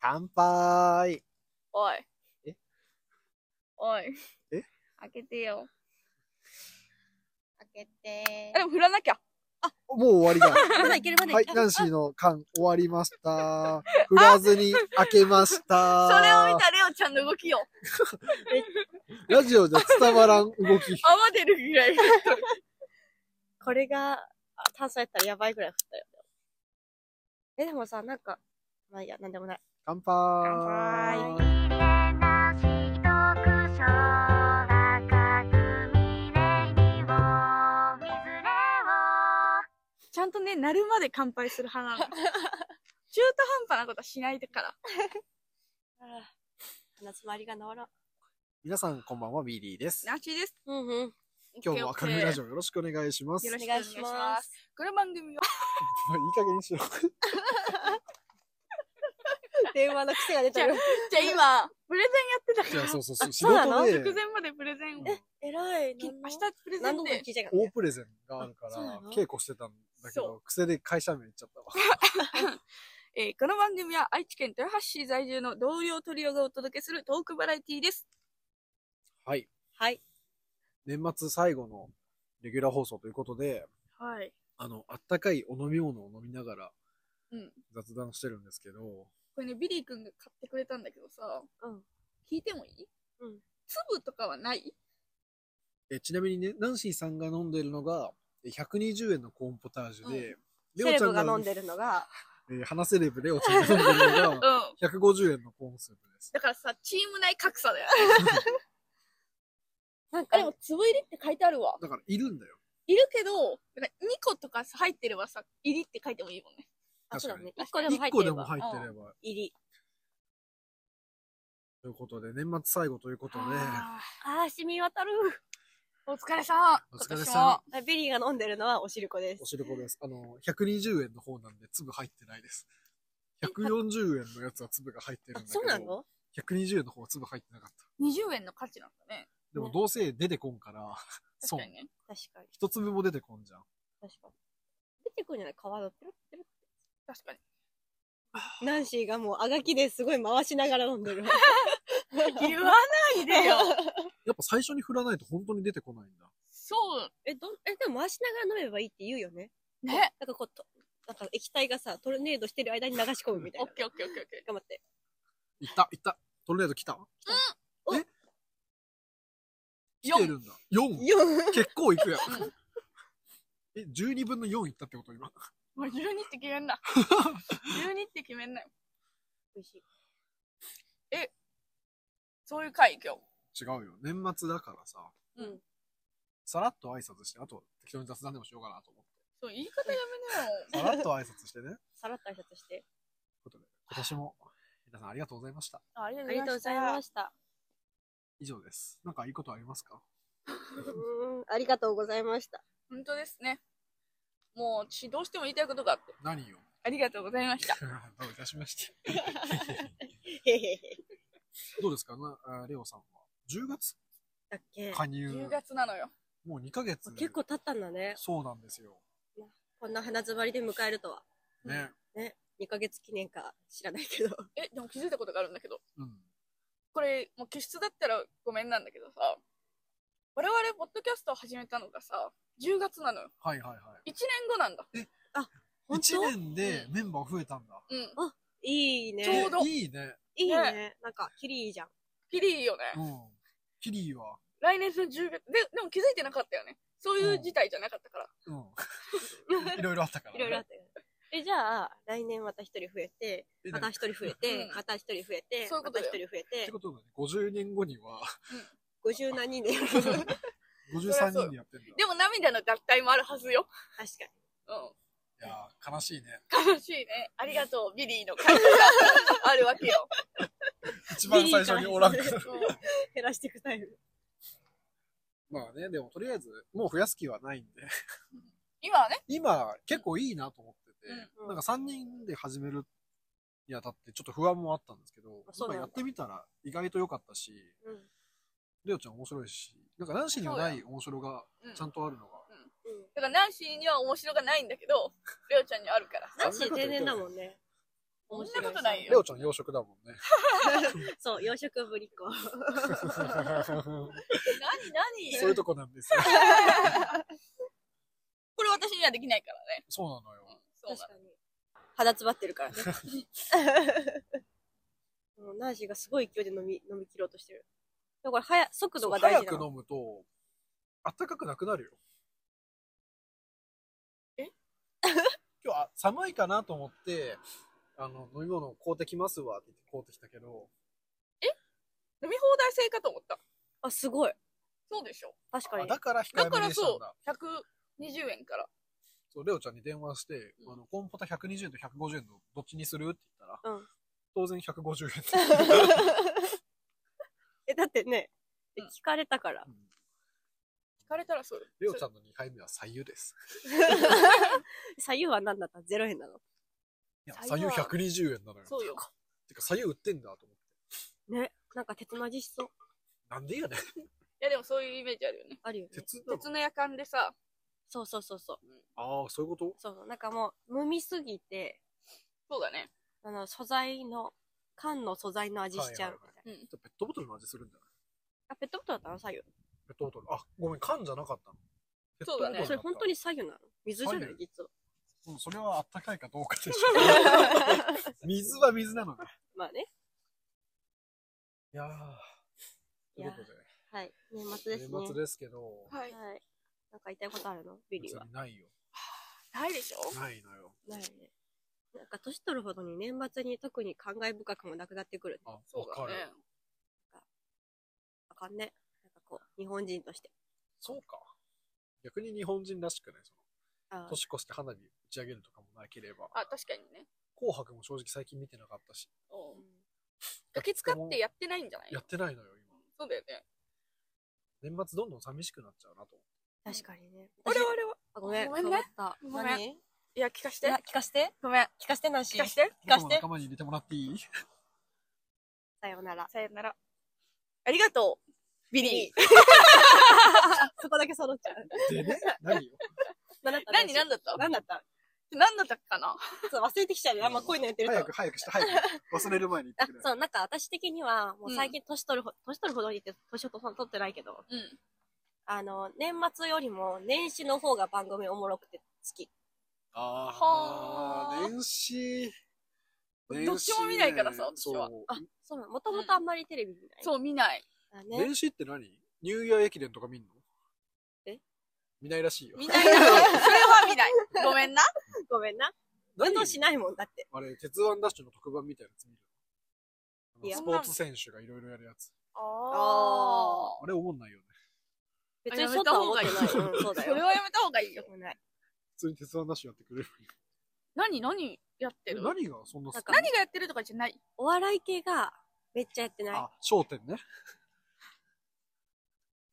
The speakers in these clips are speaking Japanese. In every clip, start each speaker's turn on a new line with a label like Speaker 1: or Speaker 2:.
Speaker 1: 乾杯
Speaker 2: おい。
Speaker 1: え
Speaker 2: おい。
Speaker 1: え
Speaker 2: 開けてよ。
Speaker 3: 開けて
Speaker 2: あ、でも振らなきゃ。
Speaker 1: もう終わ りだ。
Speaker 3: まだいけるまだ
Speaker 1: はいい、
Speaker 3: ける。
Speaker 1: ナンシーの缶終わりました。振らずに開けました。
Speaker 2: それを見たレオちゃんの動きよ。
Speaker 1: ラジオじゃ伝わらん動き。
Speaker 2: 泡出るぐらい。
Speaker 3: これが、あ炭素やったらやばいぐらい降ったよ。え、でもさ、なんか、まあいいや、なんでもない。
Speaker 1: 乾杯
Speaker 3: 乾杯
Speaker 2: ちゃんとね、鳴るまで乾杯する 派なの。中途半端なことはしないから。
Speaker 3: ああ鼻詰まりが治らん。
Speaker 1: 皆さんこんばんは、ミリーです。
Speaker 2: なしです。
Speaker 3: うんうん。
Speaker 1: 今日も明るいラジ
Speaker 2: オ。
Speaker 1: オよろしくお願いします。
Speaker 2: よろしくお
Speaker 3: お
Speaker 2: 願
Speaker 3: 願
Speaker 2: い
Speaker 3: い
Speaker 2: し
Speaker 3: し
Speaker 2: ま
Speaker 3: ますす。
Speaker 2: この番組は、
Speaker 1: まあいい加減にしろ。
Speaker 3: 電話の癖が出てる。
Speaker 2: じゃあ今、プレゼンやって
Speaker 1: い
Speaker 2: た
Speaker 1: や、
Speaker 2: か
Speaker 1: そうそうそう。仕
Speaker 3: そうなの
Speaker 1: 事で
Speaker 2: ら、直、前までプレゼンを。
Speaker 1: え
Speaker 3: 偉い。
Speaker 2: き
Speaker 3: 何の
Speaker 2: 明日プレゼ
Speaker 3: 何
Speaker 2: ン
Speaker 3: のこと
Speaker 2: で
Speaker 3: 聞いちゃいかん
Speaker 1: 大
Speaker 3: ね。
Speaker 1: プレゼンがあるか
Speaker 3: あそう
Speaker 1: ら
Speaker 3: な、の
Speaker 1: 稽古してたんだけ
Speaker 2: そ
Speaker 1: ど、癖で会社名言っちゃったわ。
Speaker 2: えーこの番組は愛知県豊橋市在住の同僚トリオがお届けするトークバラエティーです。
Speaker 1: はい。
Speaker 3: はい。
Speaker 1: 年末最後のレギュラー放送ということで、
Speaker 2: はい。
Speaker 1: あの、あったかいお飲み物を飲みながら
Speaker 2: うん。
Speaker 1: 雑談してるんですけど、
Speaker 2: これね、ビリー君が買ってくれたんだけどさ、
Speaker 3: うん。
Speaker 2: 聞いてもいい
Speaker 3: うん。
Speaker 2: 粒とかはない
Speaker 1: えちなみにね、ナンシーさんが飲んでるのが、え120円のコーンポタージュで、
Speaker 3: セレブが飲んでるのが、
Speaker 1: えー、花セレブレオちゃんが飲んでるの
Speaker 2: うん
Speaker 1: が、。150円のコーンスープです。
Speaker 2: だからさ、チーム内格差だよ。
Speaker 3: な ん
Speaker 2: あ、
Speaker 3: か
Speaker 2: で、も粒入りって書いてあるわ。
Speaker 1: だから、いるんだよ。
Speaker 2: いるけど、なんか2個とかさ入ってればさ、入りって書いてもいいもんね。
Speaker 3: あ、そうだ
Speaker 1: 確
Speaker 3: ね。
Speaker 1: か
Speaker 3: 一個 でも入
Speaker 1: 1
Speaker 3: って
Speaker 1: 個
Speaker 3: れ
Speaker 1: でも入って
Speaker 3: ば。うん
Speaker 1: れば。
Speaker 3: 入り。
Speaker 1: ということで、年末最後ということで、
Speaker 2: あ
Speaker 3: あー、染み渡る。
Speaker 2: ーお疲れさん。
Speaker 1: お疲れ
Speaker 2: 今年
Speaker 1: さ
Speaker 2: も
Speaker 3: あビリーが飲んでるのはおしるこで
Speaker 1: ん。お
Speaker 3: す。
Speaker 1: しるこです。あの、120円の方なんで粒入ってないです。140円のやつは粒が入ってる
Speaker 3: あ
Speaker 1: ん、だけ
Speaker 3: そ
Speaker 1: ど、
Speaker 3: うなの
Speaker 1: 120円の方は粒入ってなかった。
Speaker 2: 20円の価値なんだね。
Speaker 1: でも
Speaker 3: ね
Speaker 1: どうせ出てこんから、
Speaker 2: 確
Speaker 1: そう
Speaker 2: か。にね。
Speaker 3: 確かに。
Speaker 1: 一粒も出てこんじゃん。
Speaker 3: 確かに。出てくるんじゃない皮がペロッペロ
Speaker 2: 確かに。
Speaker 3: ッ。ナンシーがもうあがきですごい回しながら飲んでる。
Speaker 2: 言わないで よ。
Speaker 1: やっぱ最初に振らないと本当に出てこないんだ。
Speaker 2: そう。
Speaker 3: え、どん、え、でも回しながら飲めばいいって言うよね。
Speaker 2: ね。
Speaker 3: なんかこう、となんか液体がさ、トルネードしてる間に流し込むみたい
Speaker 2: オッ
Speaker 3: な。
Speaker 2: ケーオッケーオッケーオッケ
Speaker 3: 頑張 って。
Speaker 1: いった、いった。トルネード来た
Speaker 3: うん
Speaker 1: え
Speaker 2: ー。
Speaker 1: 来てるんだ。4!
Speaker 3: 4!
Speaker 1: 結構いくやん。え、12分の4いったってこと今。
Speaker 2: もう12って決め んな。12って決めんなよ。
Speaker 3: 美味しい。
Speaker 2: そういう回、今日。
Speaker 1: 違うよ。年末だからさ、
Speaker 2: うん。
Speaker 1: さらっと挨拶して、あと適当に雑談でもしようかなと思っ
Speaker 2: そう、言い方やめなよ。
Speaker 1: て。さらっと挨拶して ね。
Speaker 3: さらっと挨拶して。
Speaker 1: ということで、今年も皆さんありがとうございました。
Speaker 2: あり
Speaker 3: ありがとうございま
Speaker 2: し
Speaker 3: した。
Speaker 1: 以上です。なんかいいことありますか
Speaker 3: うーん、ありがとうございました。
Speaker 2: た。本当ですね。もう、私どうしても言いたいことがあって。
Speaker 1: 何よ。
Speaker 2: ありがとうございました。
Speaker 1: どういたしまして。
Speaker 3: へへへ。
Speaker 1: どうですかなあレオさんは。10月
Speaker 3: だっけ
Speaker 1: 加入。
Speaker 2: 10月なのよ。
Speaker 1: もう2ヶ月。
Speaker 3: 結構経ったんだね。
Speaker 1: そうなんですよ。
Speaker 3: こんな鼻詰まりで迎えるとは。
Speaker 1: ね。
Speaker 3: ね。2ヶ月記念か知らないけど。
Speaker 2: え、でも気づいたことがあるんだけど。
Speaker 1: うん。
Speaker 2: これ、もう気質だったらごめんなんだけどさ。我々、ポッドキャストを始めたのがさ、10月なのよ。
Speaker 1: はいはいは
Speaker 2: 1年後なんだ。
Speaker 1: い。
Speaker 3: 本
Speaker 1: 1
Speaker 3: 当
Speaker 1: 年でメンバー増えたんだ。
Speaker 2: うん。
Speaker 3: いいね。
Speaker 2: ちょうど
Speaker 1: えいいね。
Speaker 3: いいね。なんか、キリいいじゃん。
Speaker 2: キリいいよね。
Speaker 1: うん。キリーは、
Speaker 2: 来年の10月。で、でも気づいてなかったよね。そういう事態じゃなかったから。
Speaker 1: うん。いろいろあったから、
Speaker 3: い
Speaker 1: ね。
Speaker 3: ろいろあったよね。 え、じゃあ、来年また一人増えて、
Speaker 1: え
Speaker 3: また
Speaker 1: っ
Speaker 3: 一人増え
Speaker 2: う
Speaker 3: て
Speaker 2: ん、
Speaker 3: また一人増えて、
Speaker 2: そういうこと
Speaker 3: また
Speaker 2: だ
Speaker 3: 一
Speaker 2: よ
Speaker 3: 人増え
Speaker 1: て
Speaker 3: て、
Speaker 1: ことだね。50年後には、
Speaker 3: 50 何人でやる。確か
Speaker 1: 53人でやってんだ。
Speaker 2: でも涙の脱退もあるはずよ。う
Speaker 1: いやー、悲しいね。
Speaker 2: ん。悲しいね。ありがとう、ビリーの会話があるわけよ。
Speaker 1: 一番最初におらんから。
Speaker 3: に。減らしていくタイプ。
Speaker 1: まあね、でもとりあえず、もう増やす気はないんで。
Speaker 2: 今はね、
Speaker 1: 今、結構いいなと思ってて、
Speaker 3: うん
Speaker 1: なんか3人で始めるにあたって、ちょっと不安もあったんですけど、
Speaker 3: あそうなんだ
Speaker 1: やっぱやってみたら意外と良かったし、
Speaker 3: うん。
Speaker 1: レオちゃん面白いし、なんか男子にはない面白が
Speaker 2: うん、
Speaker 1: ちゃんとあるのが。
Speaker 2: だからナンシーには面白がないんだけど、レオちゃんにはあるから。
Speaker 3: ナンシー定年だもんね。
Speaker 2: そんなことない
Speaker 1: レ
Speaker 2: よ
Speaker 1: オちゃん洋食だもん ね。
Speaker 3: そう、洋食ぶりっ子。
Speaker 2: 何何
Speaker 1: そういうとこなんです よ。
Speaker 2: これ私にはできないからね。
Speaker 1: そうなの
Speaker 2: うん
Speaker 1: よ。
Speaker 2: そうな
Speaker 3: 確かに。肌つばって るからね。もうナージーがすごい勢いで飲み、飲み切ろうとしてる。だから、早、速度が大
Speaker 1: 早
Speaker 3: 事
Speaker 1: く
Speaker 3: なの。
Speaker 1: 飲むと、あったかくなくなるよ。
Speaker 2: え
Speaker 1: 今日あ寒いかなと思って、あの、飲み物を買うてきますわって言って買うてきたけど、
Speaker 2: 飲み放題制かと思った。
Speaker 3: あ、すごい。
Speaker 2: そうでしょ。
Speaker 3: 確か
Speaker 1: あ
Speaker 3: に。
Speaker 1: だから控
Speaker 2: だ
Speaker 1: え
Speaker 2: か
Speaker 1: め
Speaker 2: ら
Speaker 1: にした
Speaker 2: そ
Speaker 1: んだ。
Speaker 2: う、120円から。
Speaker 1: そう、レオちゃんに電話して、
Speaker 2: うん
Speaker 1: あの、コンポタ120円と150円のどっちにするって言ったら、
Speaker 3: うん
Speaker 1: 当然150円。
Speaker 3: え、だってね、
Speaker 2: うん
Speaker 3: 聞かれたから。
Speaker 1: うん
Speaker 2: 聞かれたらそうよ。
Speaker 1: レオちゃんの2杯目は左右です。
Speaker 3: 左右は何だったゼロ円なの
Speaker 1: いや、
Speaker 2: 白
Speaker 1: 左
Speaker 2: 湯
Speaker 1: 右
Speaker 2: は
Speaker 1: 120円なのよ。
Speaker 2: そうよ。
Speaker 1: てか、左右売ってんだと思って。
Speaker 3: ね。なんか鉄の味しそう。
Speaker 1: なんでやねん。
Speaker 2: いやでもそういうイメージあるよね。
Speaker 3: あるよね。
Speaker 1: 鉄なの
Speaker 2: 鉄の夜間でさ、
Speaker 3: そうそうそうそう。
Speaker 1: ああ、そういうこと
Speaker 3: そうそう。なんかもう、飲みすぎて、
Speaker 2: そうだね。
Speaker 3: あの、素材の、缶の素材の味しちゃうみたいな。
Speaker 1: はい
Speaker 2: うん。
Speaker 1: ペットボトルの味するんじゃない
Speaker 3: あ、ペットボトルだったの左右。
Speaker 1: ペットボトル。あ、ごめん、缶じゃなかったの。ペットボ
Speaker 2: そう
Speaker 1: ト
Speaker 2: だ
Speaker 1: ル
Speaker 2: ね
Speaker 1: だった
Speaker 3: それ本当に左右なの水じゃない
Speaker 1: 白湯
Speaker 3: 実は。
Speaker 1: うんそれはあったかいかどうかでしょ。 水は水なのね。
Speaker 3: まあね。
Speaker 1: いやー。と
Speaker 3: い
Speaker 1: い
Speaker 3: や
Speaker 1: う
Speaker 3: ー
Speaker 1: ことで、
Speaker 3: はい。年末ですね。
Speaker 1: 年末ですけど、
Speaker 2: はい。
Speaker 3: はい。なんか言いたいことあるのビリ
Speaker 1: 別
Speaker 3: ーは。
Speaker 1: にないよ。
Speaker 2: ないでしょ
Speaker 1: ないのよ。
Speaker 3: ないね。なんか年取るほどに年末に特に感慨深くもなくなってくる。
Speaker 1: あ、わ
Speaker 2: そう
Speaker 1: か
Speaker 2: だ
Speaker 1: る
Speaker 2: ね。。
Speaker 3: あかんね。なんかこう、日本人として。
Speaker 1: そうか。逆に日本人らしくないそ
Speaker 3: あ
Speaker 1: の年越して花火打ち上げるとかもなければ。
Speaker 2: あ、確かにね。
Speaker 1: 紅白も正直最近見てなかったし。
Speaker 3: あ
Speaker 2: うん。ガキ使ってやってないんじゃない
Speaker 1: やってないのよ、今。
Speaker 2: そうだよね。
Speaker 1: 年末どんどん寂しくなっちゃうなと。
Speaker 3: 確かにね。
Speaker 2: 我
Speaker 3: 私
Speaker 2: 々は、
Speaker 3: あごめん。
Speaker 2: ごめんね
Speaker 3: 変わった。
Speaker 2: ごめん
Speaker 3: 何
Speaker 2: いや、聞かし
Speaker 3: い
Speaker 2: て
Speaker 3: や。聞かせて。
Speaker 2: ごめん。
Speaker 3: 聞かせてなし。
Speaker 2: 聞かして。
Speaker 3: 聞か
Speaker 1: 僕
Speaker 3: せ
Speaker 1: も
Speaker 3: て
Speaker 1: 仲。間に入れてもらっていい
Speaker 3: さようなら。
Speaker 2: さよなら。ありがとう、ビリー。
Speaker 3: そこだけ揃っちゃう。
Speaker 1: でね、何よ。
Speaker 3: 何
Speaker 2: 何何だった
Speaker 3: 何だった
Speaker 2: 何だったかな
Speaker 3: そう忘れてきちゃうよ。あんまこういうのやってると。
Speaker 1: 早く早くして、早く。忘れる前に言
Speaker 3: あ
Speaker 1: ってくれ。
Speaker 3: そう、なんか私的には、もう最近年取るほ、年取るほどにって年を取ってないけど、
Speaker 2: うん。
Speaker 3: あの、年末よりも年始の方が番組おもろくて好き。
Speaker 1: あ
Speaker 2: は
Speaker 1: ー
Speaker 2: ー
Speaker 1: 年始。
Speaker 2: どっちも見ないからさ私は
Speaker 1: そう
Speaker 3: あ、そうなの。もともとあんまりテレビ見ない。
Speaker 2: そう、見ない。
Speaker 3: う。ね。
Speaker 1: 年始って何ニューイヤー駅伝とか見んの
Speaker 3: え
Speaker 1: 見ないらしいよ。
Speaker 2: 見ないな。それは見ない。ごめんな。
Speaker 3: ごめんな。
Speaker 1: 何
Speaker 3: 運動しないもんだって。
Speaker 1: あれ、鉄腕ダッシュの特番みたいなやつ見るあの
Speaker 3: いや
Speaker 1: スポーツ選手がいろいろやるやつ。
Speaker 3: あ
Speaker 1: あれ、思んないよね。
Speaker 3: 別にそうとは思ってない。うん、そ う
Speaker 2: そ
Speaker 3: だ
Speaker 2: れ
Speaker 3: よ。
Speaker 2: はやめた方がいいよ。
Speaker 3: 良くない
Speaker 1: 普通に鉄腕ダッシュやってくれ る。
Speaker 2: 何、何やってる
Speaker 1: 何がそんな好き
Speaker 3: なんか
Speaker 2: 何がやってるとかじゃない。
Speaker 3: お笑い系がめっちゃやってない。
Speaker 1: あ、焦点ね。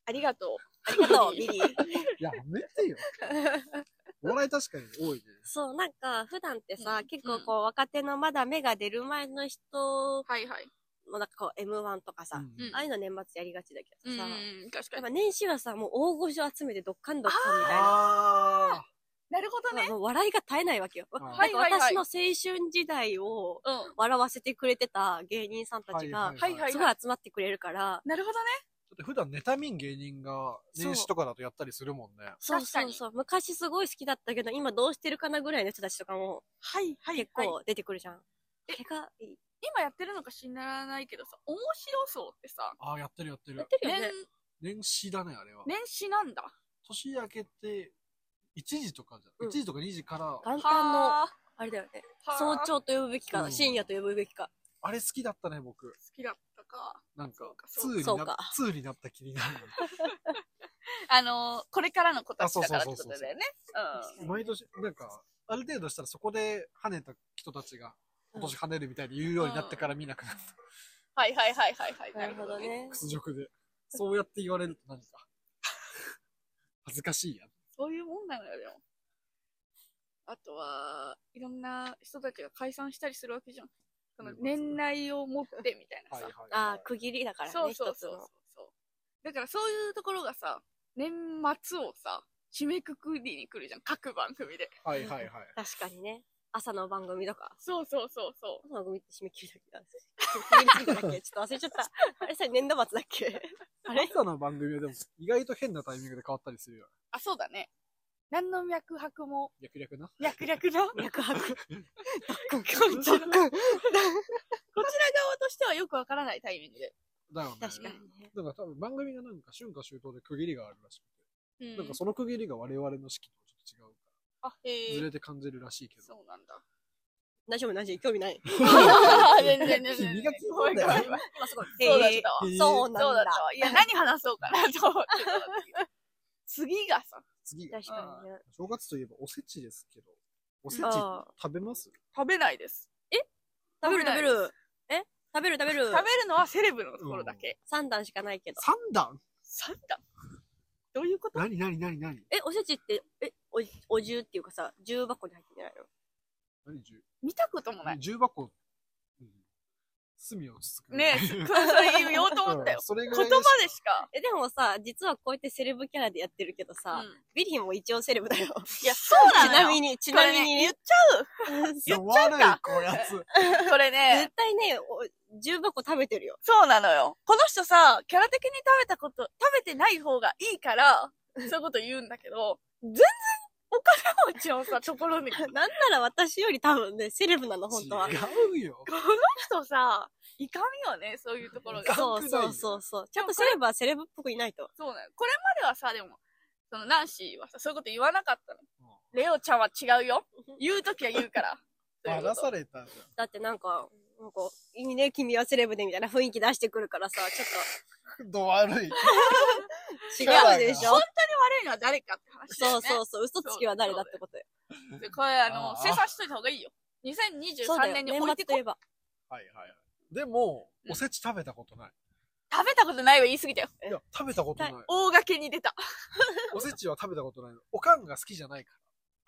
Speaker 2: ありがと
Speaker 3: ありがとう、ビリー。
Speaker 1: やめてよ。お笑い確かに多いね。
Speaker 3: そう、なんか普段ってさ、
Speaker 2: うん
Speaker 3: 結構こう若手のまだ芽が出る前の人
Speaker 2: う。 はいはい。
Speaker 3: もなんかこう M1 とか さ、
Speaker 1: うん
Speaker 2: うん
Speaker 3: ああいうの年末やりがちだけ
Speaker 2: う
Speaker 3: どさ、
Speaker 2: ん、確
Speaker 3: や
Speaker 2: か
Speaker 3: っ
Speaker 2: に
Speaker 3: ぱ。年始はさ、もう大御所集めてドッカンドッカンみたいな。
Speaker 1: あ
Speaker 2: なるほどね。
Speaker 3: もう笑いが絶えないわけよ。
Speaker 1: はい
Speaker 3: なんか
Speaker 2: はいはいはい
Speaker 3: 私の青春時代を
Speaker 2: うん。
Speaker 3: 笑わせてくれてた芸人さんたち
Speaker 2: は
Speaker 3: が、
Speaker 2: いはい
Speaker 3: すごい集まってくれるから、
Speaker 2: なるほどね。
Speaker 1: だって普段ネタミン芸人が年始とかだとやったりするもんね。
Speaker 3: そう
Speaker 2: 確か
Speaker 3: そう
Speaker 2: に
Speaker 3: そう。昔すごい好きだったけど、今どうしてるかなぐらいの人たちとかも
Speaker 2: はいはい。
Speaker 3: 結
Speaker 2: はい
Speaker 3: 構出てくるじゃん。
Speaker 2: え
Speaker 3: 手がいい。
Speaker 2: 今やってるのか知らないけどさ、面白そうってさ、
Speaker 1: ああ、やってるやって
Speaker 3: や
Speaker 1: る
Speaker 3: っ。てるよ
Speaker 2: 年
Speaker 3: ね。、
Speaker 1: 年始だね、あれは。
Speaker 2: 年始なんだ。
Speaker 1: 年明けて、1時とかじゃ
Speaker 3: うん
Speaker 1: ん。1時とか2時から、
Speaker 3: 元旦の、
Speaker 2: は
Speaker 3: あれだよね。
Speaker 2: あはあ
Speaker 3: 早
Speaker 2: 好
Speaker 3: 朝と呼ぶべきか、
Speaker 1: うん
Speaker 3: 深夜と呼ぶべきか。
Speaker 1: あれ好きだったね、僕。
Speaker 2: きだったか。
Speaker 1: なんか、
Speaker 2: そう
Speaker 1: 2に
Speaker 3: そう
Speaker 1: な
Speaker 3: か
Speaker 1: っ、2になった気になる。
Speaker 2: あのー、これからの子たちだからっ
Speaker 1: あ
Speaker 2: て
Speaker 1: そう
Speaker 2: こ
Speaker 1: そうそうそ
Speaker 2: と
Speaker 1: う
Speaker 2: だよね。
Speaker 3: 確かに
Speaker 1: 毎年、なんか、ある程度したらそこで跳ねた人たちが、
Speaker 3: うん
Speaker 1: 今年跳ねるみたいに言うようになってから見なくなった。
Speaker 2: うん。はいはいはいはいはい。
Speaker 3: なるほど。ね。
Speaker 1: 屈辱で。そうやって言われると何か。恥ずかしいやん。
Speaker 2: そういうもんなのよ、でも。あとは、いろんな人たちが解散したりするわけじゃん。その
Speaker 1: うん
Speaker 2: 年内を持ってみたいなさ。
Speaker 3: ああ、区切りだからね、
Speaker 2: そう
Speaker 3: 一つ
Speaker 2: そう
Speaker 3: の。
Speaker 2: そうそうそう。だからそういうところがさ、年末をさ、締めくくりに来るじゃん。各番組で。
Speaker 1: はいはいはい。
Speaker 3: 確かにね。朝の番組とか。
Speaker 2: そうそうそうそ
Speaker 3: 朝の番組って締め切りだっ け締め切りだっけちょっと忘れちゃった。あれさ、年度末だっけあれ
Speaker 1: 朝の番組はでも意外と変なタイミングで変わったりするよ。
Speaker 2: う。あ、そうだね。何の脈拍も、
Speaker 1: 略略な。
Speaker 2: 略 略な。
Speaker 3: 脈拍。ど
Speaker 1: こ
Speaker 3: っ
Speaker 1: ん
Speaker 3: どっこん。
Speaker 2: こちら側としてはよくわからないタイミングで。
Speaker 1: だよね。
Speaker 3: 確かにね。
Speaker 1: だから多分番組がなんか春夏秋冬で区切りがあるらしくて、
Speaker 2: うん
Speaker 1: なんかその区切りが我々の式とちょっと違うか
Speaker 2: あ、
Speaker 1: ら、
Speaker 2: へ
Speaker 1: ず
Speaker 2: え。
Speaker 1: れて感じるらしい けど。
Speaker 2: そうなんだ。
Speaker 3: 大丈夫、大丈夫、興味ない。
Speaker 2: 全然全然 全然。
Speaker 1: 君が聞いたんだよ
Speaker 2: ごめんごめん
Speaker 3: あ、すごい。
Speaker 2: そうだったわ。
Speaker 1: へえ
Speaker 3: そうなんだ。
Speaker 2: そうだったわ。いや、何話そうかなと思ってたんだけど。次がさ、
Speaker 1: 次が
Speaker 3: 確かにね。
Speaker 1: 正月といえばおせちですけど、おせち
Speaker 3: あー
Speaker 1: 食べます
Speaker 2: 食べないです。
Speaker 3: 食
Speaker 2: 食
Speaker 3: べる
Speaker 2: べ
Speaker 3: 食べ
Speaker 2: る
Speaker 3: る。え食べる食べる
Speaker 2: 食。べるのはセレブのところだけ。
Speaker 3: 三段しかないけど。
Speaker 1: 三段
Speaker 2: サンタどういうこと
Speaker 1: 何何何何
Speaker 3: え、おせちって、え、お、お重っていうかさ、重箱に入ってんじゃないの
Speaker 1: 何十
Speaker 2: 見たこともない。
Speaker 1: 重箱、うん、隅をつつく。
Speaker 2: ねえ、そそれ言おうと思ったよ
Speaker 1: うん。それ
Speaker 2: 言
Speaker 1: ぐ
Speaker 2: 葉
Speaker 1: らい
Speaker 2: で
Speaker 1: し
Speaker 2: しか。
Speaker 3: え、でもさ、実はこうやってセレブキャラでやってるけどさ、
Speaker 2: うん
Speaker 3: ビリーも一応セレブだよ。
Speaker 2: いや、そう
Speaker 3: ち
Speaker 2: なのよ
Speaker 3: なみに、ちな
Speaker 2: これ
Speaker 3: みに
Speaker 2: ね
Speaker 3: ね
Speaker 2: 言っ。ちゃ
Speaker 1: 言っちゃうか。こやつ。
Speaker 2: これね
Speaker 3: 絶、対ね、お重箱食べてるよ。
Speaker 2: そうなのよ。この人さ、キャラ的に食べたこと、食べてない方がいいから、そういうこと言うんだけど、全然お金持ちのさ、ところに。こ
Speaker 3: なんなら私より多分ね、セレブなの、本当は。
Speaker 1: 違うよ。
Speaker 2: の人さ、いかみよね、そういうところが。
Speaker 1: そ
Speaker 2: そう
Speaker 3: そうそうそうそう。ちゃんとセレブはセレブっぽくいないと。
Speaker 2: うなの。これまではさ、でも、そのナンシーはさ、そういうこと言わなかったの。
Speaker 1: うん
Speaker 2: レオちゃんは違うよ。言うときは言 うから。そう
Speaker 1: バ
Speaker 2: いうこ
Speaker 1: ラ
Speaker 2: と
Speaker 1: されたじゃん。
Speaker 3: だってなんか、なんか、いいね、君はセレブでみたいな雰囲気出してくるからさ、ちょ
Speaker 1: ど悪い。
Speaker 3: っと違うでしょ
Speaker 2: 本当に悪いのは誰かって話だ
Speaker 3: そ
Speaker 2: よ
Speaker 3: う
Speaker 2: ね。
Speaker 3: そうそう、嘘つきは誰だってことよ。
Speaker 2: うそう。これ、あの、
Speaker 1: あー
Speaker 2: 生産しといた方がいいよ。
Speaker 3: そう
Speaker 2: 2023
Speaker 3: だよ、
Speaker 2: 年に
Speaker 3: 年
Speaker 2: 置い
Speaker 3: 末
Speaker 2: て
Speaker 3: と
Speaker 2: こ
Speaker 3: い
Speaker 2: い
Speaker 3: えば。
Speaker 1: はいはい。でも、
Speaker 2: うん
Speaker 1: おせち食べたことない。
Speaker 2: 食べたことないは言い過ぎたよ。
Speaker 1: いや、食べたことない。
Speaker 2: 大掛けに出た。
Speaker 1: おせちは食べたことない。おかんが好きじゃないか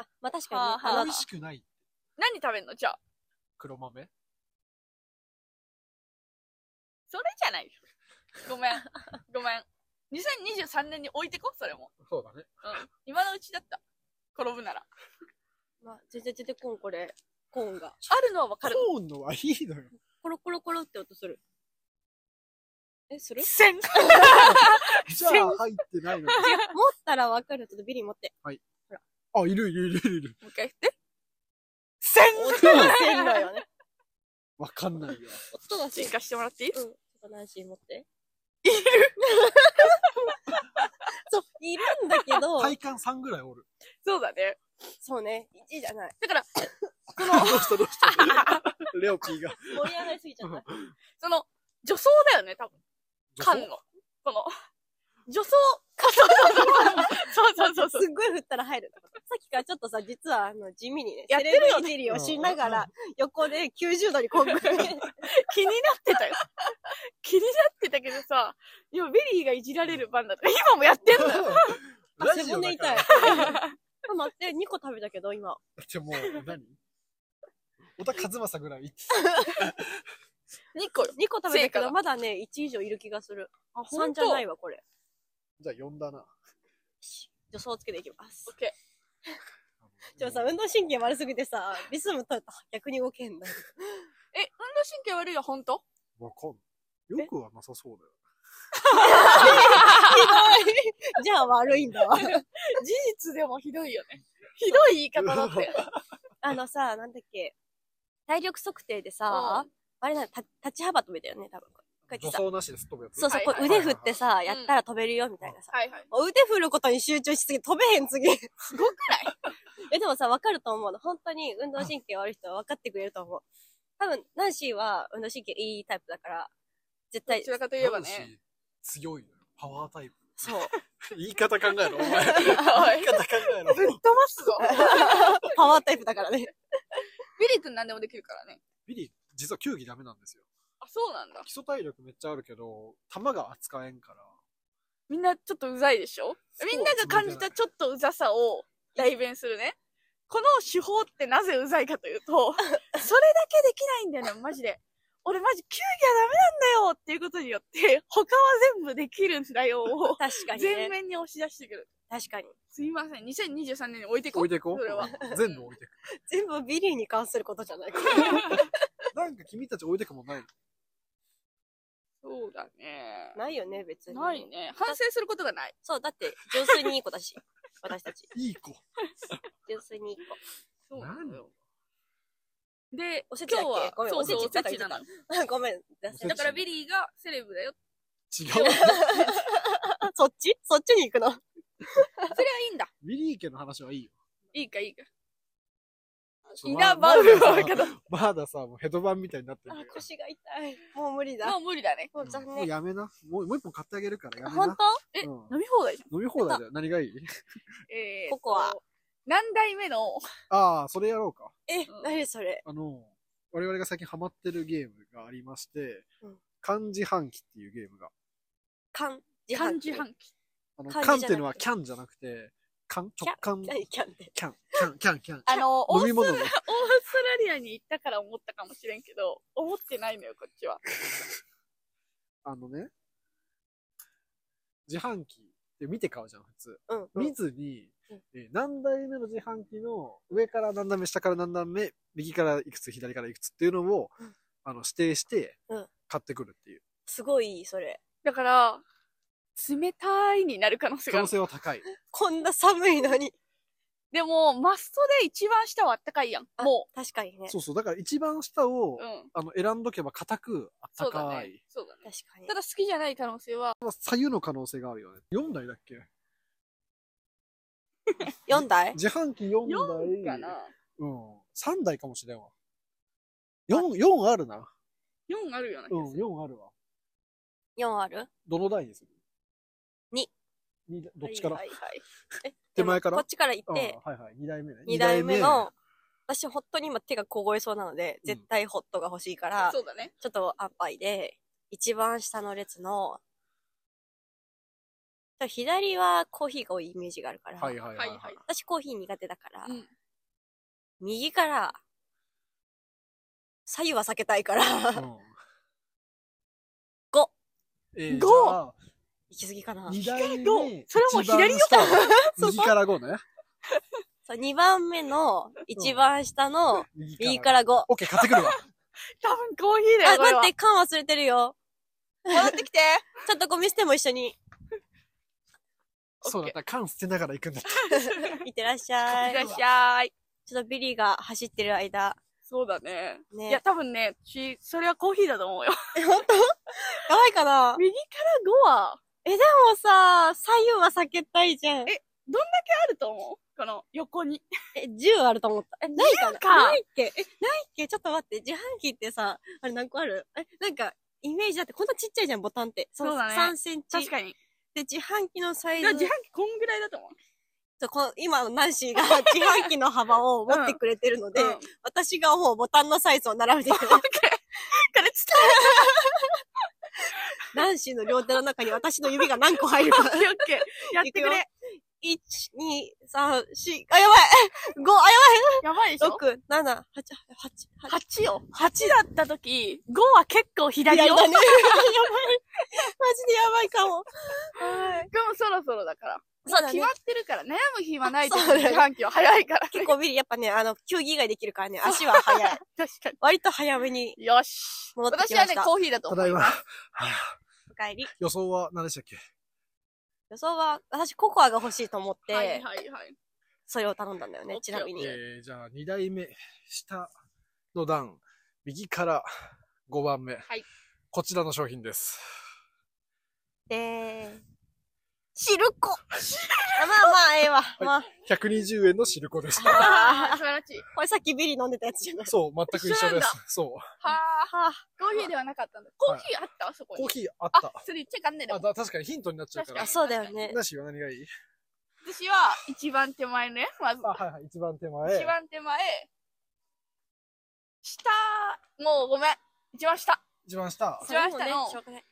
Speaker 3: あ、まあ確
Speaker 2: は
Speaker 3: か
Speaker 2: あは
Speaker 3: に、
Speaker 1: ら。
Speaker 2: あ
Speaker 3: あ
Speaker 1: 美
Speaker 3: の
Speaker 1: 味、しくない。
Speaker 2: 何食べんのじゃあ。
Speaker 1: 黒豆。
Speaker 2: それじゃないよ。ご めん。ごめん。2023年に置いてこ、それも。
Speaker 1: そうだね。
Speaker 2: うん。今のうちだった。転ぶなら。
Speaker 3: まあ、全然出てこん、これ。コーンが。
Speaker 2: あるのはわかる。
Speaker 1: コーンのはいいのよ。
Speaker 3: コロコロコロって音する。え、 する
Speaker 2: せん。
Speaker 1: じゃあ入ってないのに。
Speaker 3: 持ったらわかる。ちょっとビリー持って。
Speaker 1: あ、いるいるいるいる。
Speaker 2: もう一回言って。せん
Speaker 3: 音がせんだよね。
Speaker 1: わかんないよ。
Speaker 3: 音がせん。
Speaker 2: 進化 してもらっていい
Speaker 3: うん。ちょっとナンシー持って。いるそう、いるんだけど、
Speaker 1: 体感3ぐらいおる。
Speaker 2: そうだね。
Speaker 3: そうね、1じゃない。
Speaker 2: だから、
Speaker 1: どうしたどうした レオピーが。
Speaker 3: 盛り上がりすぎちゃった。
Speaker 2: その、女装だよね、多分。 缶の。この、 女装。そうそうそうそう。
Speaker 3: すっごい振ったら入る。さっきからちょっとさ、実はあの地味にね、
Speaker 2: やってるよね
Speaker 3: セレブいじりをしながら、横で90度にこんぐらい。
Speaker 2: 気になってたよ。 気になってたけどさ、今ベリーがいじられる番だった。今もやってんのよ。
Speaker 3: あ背骨痛い。
Speaker 1: だ
Speaker 3: 待って、2個食べたけど、今。
Speaker 1: ってもう、何小田和正ぐらい言って
Speaker 2: 2個よ。
Speaker 3: 2個食べた
Speaker 2: 成
Speaker 3: け
Speaker 2: 果が
Speaker 3: ど、まだね、1以上いる気がする。
Speaker 2: あ、
Speaker 3: 3じゃないわ、これ。
Speaker 1: た。じゃあ呼んだな。
Speaker 3: 助走つけていきます。
Speaker 2: OK。
Speaker 3: でもさ、運動神経悪すぎてさ、リズム取ると逆に動けんの。
Speaker 2: え、運動神経悪いよ、ほん と
Speaker 1: わかんない。よくはなさそうだよ。
Speaker 3: じゃあ悪いんだわ。
Speaker 2: 事実でもひどいよね。ひどい言い方 だって。
Speaker 3: あのさ、なんだっけ、体力測定でさ、あれなんだ、た立ち幅跳べだよね、多分。こうやって
Speaker 1: 女
Speaker 3: さ
Speaker 1: 装なしです、飛ぶやつ。
Speaker 3: そうそう、
Speaker 2: はい
Speaker 3: こ
Speaker 2: は
Speaker 3: う
Speaker 2: い
Speaker 3: 腕振ってさ、
Speaker 2: い
Speaker 3: やったら飛べるよ、みたいなさ。
Speaker 2: はいはい。
Speaker 3: もう腕振ることに集中しすぎ、飛べへん次。すごくない え、でもさ、わかると思うの。本当に運動神経悪い人は分かってくれると思う。多分、ナンシーは運動神経いいタイプだから、絶
Speaker 2: ど
Speaker 3: 対
Speaker 2: ち、らかといえば
Speaker 1: 男
Speaker 2: ね
Speaker 1: 子。強いのよ。パワータイプ。
Speaker 3: そう。
Speaker 1: 言い方考えろ、 お前。
Speaker 2: おい
Speaker 1: 言い方考えろ。
Speaker 2: ぶっ飛ばすぞ。
Speaker 3: パワータイプだからね。
Speaker 2: ビリー君何でもできるからね。
Speaker 1: ビリー、実は球技ダメなんですよ。
Speaker 2: あ、そうなんだ
Speaker 1: 基。礎体力めっちゃあるけど、球が扱えんから。
Speaker 2: みんなちょっとうざいでしょみんなが感じたちょっとうざさを代弁するね。この手法ってなぜうざいかというと、それだけできないんだよね、マジで。俺マジ球技はダメなんだよっていうことによって、他は全部できるんだよを
Speaker 3: 確かに
Speaker 2: 全
Speaker 3: ね。
Speaker 2: 面に押し出してくる。
Speaker 3: 確かに。
Speaker 2: すいません。2023年に置いていこう。
Speaker 1: 置いていこ
Speaker 2: それは。
Speaker 1: う。全部置いていく。
Speaker 3: 全部ビリーに関することじ ゃないか。
Speaker 1: なんか君たち置いてくもんないの
Speaker 2: そうだね。
Speaker 3: ないよね、別に。
Speaker 2: ない。ね。反省することがない。
Speaker 3: そう、だって、純粋にいい子だ し。私たち。
Speaker 1: いい子。
Speaker 3: 純粋にいい子。
Speaker 2: そう
Speaker 1: う
Speaker 2: な
Speaker 1: なんん
Speaker 2: だ
Speaker 1: だ
Speaker 2: よ。で、
Speaker 3: おせち
Speaker 2: 今
Speaker 3: だっ
Speaker 2: 日は、
Speaker 3: けごめん
Speaker 2: そうそう、
Speaker 3: お
Speaker 2: お
Speaker 3: せちだ
Speaker 2: せち
Speaker 3: った
Speaker 2: なの。
Speaker 3: ごめん。出せ
Speaker 1: おせ
Speaker 2: だ
Speaker 1: ち
Speaker 2: からビリーがセレブだよ。
Speaker 1: 違
Speaker 3: で
Speaker 1: う
Speaker 3: も。そっちそっちに行くの
Speaker 2: それはいいんだ。
Speaker 1: ミリー家の話はいいよ。
Speaker 2: いいか、いいか。
Speaker 1: ちょ
Speaker 2: イ
Speaker 1: ま
Speaker 2: ナバウアー
Speaker 1: まだ
Speaker 2: か
Speaker 1: さ
Speaker 2: と。
Speaker 1: まださ、もうヘドバンみたいになってる
Speaker 3: あ
Speaker 1: んだ、よ。
Speaker 3: 腰が痛い。もう無理だ。
Speaker 2: もう無理だね。
Speaker 3: もう残
Speaker 1: もう
Speaker 3: 念。
Speaker 1: やめな。もうもう一本買ってあげるからやめ
Speaker 3: 本
Speaker 1: な
Speaker 3: 当。
Speaker 2: え、
Speaker 1: うん
Speaker 2: 飲み放題じゃん。
Speaker 1: 飲み放題だよ。何がいい
Speaker 2: えー
Speaker 3: ココア。
Speaker 2: 何代目の、
Speaker 1: ああ、それやろうか。
Speaker 3: え
Speaker 2: うん、
Speaker 3: 何それ
Speaker 1: あの、我々が最近ハマってるゲームがありまして、
Speaker 3: うん
Speaker 1: 漢字半期っていうゲームが。
Speaker 3: 漢字
Speaker 2: 漢
Speaker 3: 半
Speaker 2: 字半期。
Speaker 1: あの、
Speaker 3: 漢字
Speaker 1: 缶っていうの
Speaker 3: じゃな
Speaker 1: は
Speaker 3: くて
Speaker 1: キャンじゃなくて、缶
Speaker 3: ャン
Speaker 1: 直感。
Speaker 3: 何キャンって。
Speaker 1: キャン、キャン、キャン、キャン。
Speaker 2: あの、
Speaker 1: 飲
Speaker 2: オース
Speaker 1: み
Speaker 2: トラ
Speaker 1: 物
Speaker 2: オー
Speaker 1: の
Speaker 2: ストラリアに行ったから思ったかもしれんけど、思ってないのよ、こっちは。
Speaker 1: あのね、自販機で見て買うじゃん、普通。
Speaker 3: うん。
Speaker 1: 見ずに
Speaker 3: うん、
Speaker 1: えー何台目の自販機の上から何段目、下から何段目、右からいくつ、左からいくつっていうのを
Speaker 3: うん、
Speaker 1: あの、指定して
Speaker 3: うん、
Speaker 1: 買ってくるっていう。
Speaker 3: すごいいい、それ。
Speaker 2: だから、冷たいになる可能性
Speaker 1: 可
Speaker 2: があ
Speaker 1: 能
Speaker 2: る。
Speaker 1: 性は高い。
Speaker 3: こんな寒いのに。
Speaker 2: でも、マストで一番下はあったかいやん。
Speaker 3: あ
Speaker 2: も
Speaker 3: 確かにね。
Speaker 1: そうそう。だから一番下を
Speaker 2: う。う、ん。
Speaker 1: あの、選んどけば固く、あった
Speaker 2: そうだ
Speaker 1: か
Speaker 2: ね
Speaker 1: い。。
Speaker 2: そうだね。
Speaker 3: 確かに
Speaker 2: た。だ好きじゃない可能性は、
Speaker 1: まあ左右の可能性があるよね。4台だっけ
Speaker 3: 4台
Speaker 1: 自販機4台。
Speaker 2: 4かな。
Speaker 1: うん。3台かもしれんわ。4、4あるな。
Speaker 2: 4あるような気
Speaker 1: うん
Speaker 2: が、する。
Speaker 1: 4あるわ。
Speaker 3: ?4 ある
Speaker 1: どの台にする
Speaker 3: 二。
Speaker 1: 二どっちから、
Speaker 2: はいはいはい。
Speaker 1: 手前から
Speaker 3: こっちから行
Speaker 1: あ
Speaker 3: っ
Speaker 1: あ
Speaker 3: て、
Speaker 1: はいはい。2台目ね。
Speaker 3: 2台目の、私本当に今手が凍えそうなので、
Speaker 1: うん
Speaker 3: 絶対ホットが欲しいから、
Speaker 2: そうだね。
Speaker 3: ちょっと安牌で、一番下の列の、左はコーヒーが多いイメージがあるから、
Speaker 1: はいはい
Speaker 2: は
Speaker 1: はいい、
Speaker 2: は
Speaker 1: はいい。
Speaker 3: 私コーヒー苦手だから、
Speaker 2: うん
Speaker 3: 右から、左右は避けた いから、
Speaker 1: うん。
Speaker 3: 五
Speaker 1: えー、
Speaker 2: 五
Speaker 1: じゃあ
Speaker 3: 行き過ぎかな。
Speaker 1: 二台目。
Speaker 2: 五それはもう左よ
Speaker 1: 一番下右から5ね。。
Speaker 3: そう、2番目の、一番下の、右からら5。
Speaker 1: オッケー、買ってくる わ。
Speaker 2: 多分コーヒーだよ、
Speaker 3: あ、
Speaker 2: これは
Speaker 3: 待って、缶忘れてるよ。
Speaker 2: 戻ってきて。
Speaker 3: ちょっとゴミ捨ても一緒に。
Speaker 2: オッケー
Speaker 1: そうだった。缶捨てながら行くんだった。
Speaker 3: いってらっしゃ
Speaker 2: い
Speaker 3: い。
Speaker 2: らっしゃい。
Speaker 3: ちょっとビリーが走ってる間、
Speaker 2: そうだね。いや、
Speaker 3: ね。
Speaker 2: 多分ね、し、それはコーヒーだと思うよ。
Speaker 3: やばいかなで
Speaker 2: 右から5は、
Speaker 3: もさ、左右は避けたいじゃん。
Speaker 2: えあると思うこの横に。
Speaker 3: え、10あると思った。え、ないかな
Speaker 2: か
Speaker 3: ないっけえ、ないっけちょっと待って、自販機ってさ、あれ何個あるえ、なんか、イメージだってこんなちっちゃいじゃん、ボタンって。
Speaker 2: そうだね
Speaker 3: 3センチ。
Speaker 2: 確かに。
Speaker 3: で、自販機のサイ
Speaker 2: だ
Speaker 3: ズ
Speaker 2: から。自販機こんぐらいだと思う。
Speaker 3: そうこの今のナン シーが自販機の幅を持ってくれてるので、
Speaker 2: うん、こ
Speaker 3: 私がもうボタンのサイズを並べてる。
Speaker 2: れち
Speaker 3: ナンシーの両手の中に私の指が何個入るか。
Speaker 2: ょっと、オッケー。やってく
Speaker 3: いく
Speaker 2: れ
Speaker 3: よ。1、2、3、4、あ、やばい !5、あ、やばい
Speaker 2: やばいでしょ
Speaker 3: 六七八八八
Speaker 2: 8よ。8だった時、5は結構左よ。
Speaker 3: 左だね。やばい。
Speaker 2: で
Speaker 3: マジでやばいかも。はい。
Speaker 2: もそろそろだから。
Speaker 3: そうだ
Speaker 2: 決
Speaker 3: ね
Speaker 2: ま。ってるから、悩む暇ないと
Speaker 3: あ
Speaker 2: 思。
Speaker 3: そううだ
Speaker 2: 自
Speaker 3: ね
Speaker 2: 販機は早い から。
Speaker 3: 結構ビリ、やっぱね、あの、球技以外できるからね、足は速い。
Speaker 2: 確か
Speaker 3: 割と早めに
Speaker 2: に。よし。
Speaker 3: 戻って
Speaker 2: 私
Speaker 3: きま
Speaker 2: は
Speaker 3: し
Speaker 2: ね、
Speaker 3: た
Speaker 2: コーヒーだと
Speaker 1: た
Speaker 2: 思。
Speaker 1: だいうま。はあ
Speaker 3: お帰り。
Speaker 1: 予想は何でしたっけ
Speaker 3: 予想は、私ココアが欲しいと思っ
Speaker 2: はい
Speaker 3: て、
Speaker 2: はいはい。
Speaker 3: それを頼んだんだよ
Speaker 2: オ
Speaker 3: ね
Speaker 2: ッ、ケ
Speaker 3: ち
Speaker 2: ー
Speaker 3: なみに。
Speaker 1: えー、じゃあ2台目、下の段、右から5番目。
Speaker 2: はい
Speaker 1: こちらの商品です。
Speaker 3: で、シルコ。あまあまあ、ええわ。まあ、
Speaker 1: 120円のシルコでした。
Speaker 2: あ
Speaker 3: あ
Speaker 2: あ、 素晴らしい。
Speaker 3: これさっきビリ飲んでたやつじゃない。
Speaker 1: そう、全く一
Speaker 2: 一緒
Speaker 1: 緒
Speaker 2: なん
Speaker 1: で
Speaker 2: だ
Speaker 1: す。そう。
Speaker 2: はあ。
Speaker 3: はあ、
Speaker 2: コーヒーではなかったんだ。コーヒーあったそこに。
Speaker 1: コーヒーあっ
Speaker 2: あ
Speaker 1: た。、
Speaker 2: それ言っちゃいかんねえ
Speaker 1: あ
Speaker 2: だ。
Speaker 1: だ確かにヒントになっちゃうか
Speaker 2: 確
Speaker 1: ら
Speaker 3: あ
Speaker 2: か。
Speaker 3: そうだよね。
Speaker 1: なしは何がいい
Speaker 2: 私は、一番手前ね、まず
Speaker 1: あ、。はいはい、一番手前。
Speaker 2: 一番手前。下、もうごめん。一番下。
Speaker 1: 一番下。は
Speaker 2: 一番下の
Speaker 3: それもねしょうがない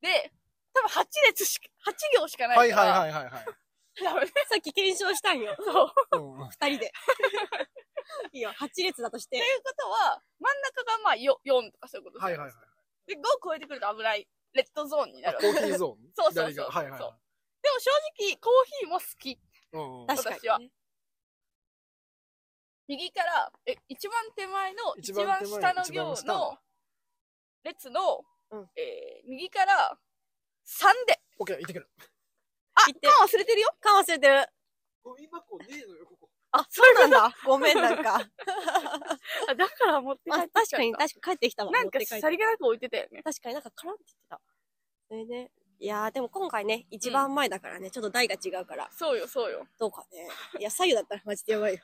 Speaker 2: で、多分8列しか、8行しか
Speaker 1: い
Speaker 2: な
Speaker 1: はい
Speaker 2: いから。
Speaker 1: はいはいはい。
Speaker 2: 多分ね
Speaker 3: さっき検証したんよ。
Speaker 2: そう。っ
Speaker 1: うん
Speaker 3: 二 人で。いいよ、8列だとして
Speaker 2: てい。うことは、真ん中がまあ 4, 4とかそういうこと
Speaker 1: はいはい
Speaker 2: い。
Speaker 1: はい。
Speaker 2: で、5を超えてくると危ない。レッドゾーンにな
Speaker 1: あ
Speaker 2: るわ
Speaker 1: コ
Speaker 2: け。
Speaker 1: ーヒーゾーン。
Speaker 2: そうそうそう
Speaker 1: 左がはいはいはい
Speaker 2: そ。でも正直、コーヒーも好き。
Speaker 1: うんうん。
Speaker 3: 確かに、
Speaker 2: 私は右から、え、一番手前の、
Speaker 1: 一
Speaker 2: 一
Speaker 1: 番
Speaker 2: 番
Speaker 1: 手前
Speaker 2: 下の
Speaker 1: 一番
Speaker 2: 行
Speaker 1: 下
Speaker 2: の列の、
Speaker 3: うん
Speaker 2: えー右から3で。
Speaker 1: オッケー、行ってくる。
Speaker 2: あ、
Speaker 3: 行って
Speaker 2: 缶忘れてるよ。
Speaker 3: か忘れてる。
Speaker 1: ゴミ箱ねえのよ、ここ。
Speaker 3: あ、そうな んだ。ごめん、なんか。あ、
Speaker 2: あ、だから持って帰って
Speaker 3: 確かに、確かに帰ってきたわ。
Speaker 2: なんか
Speaker 3: 持って帰って
Speaker 2: さりげなく置いてたよね。
Speaker 3: 確かになんかカランって言ってた。それね。いやー、でも今回ね、一番前だからね、ちょっと台が違うから、
Speaker 2: そうよ、そうよ。
Speaker 3: どうかね。いや、左右だったらマジで やばいよ。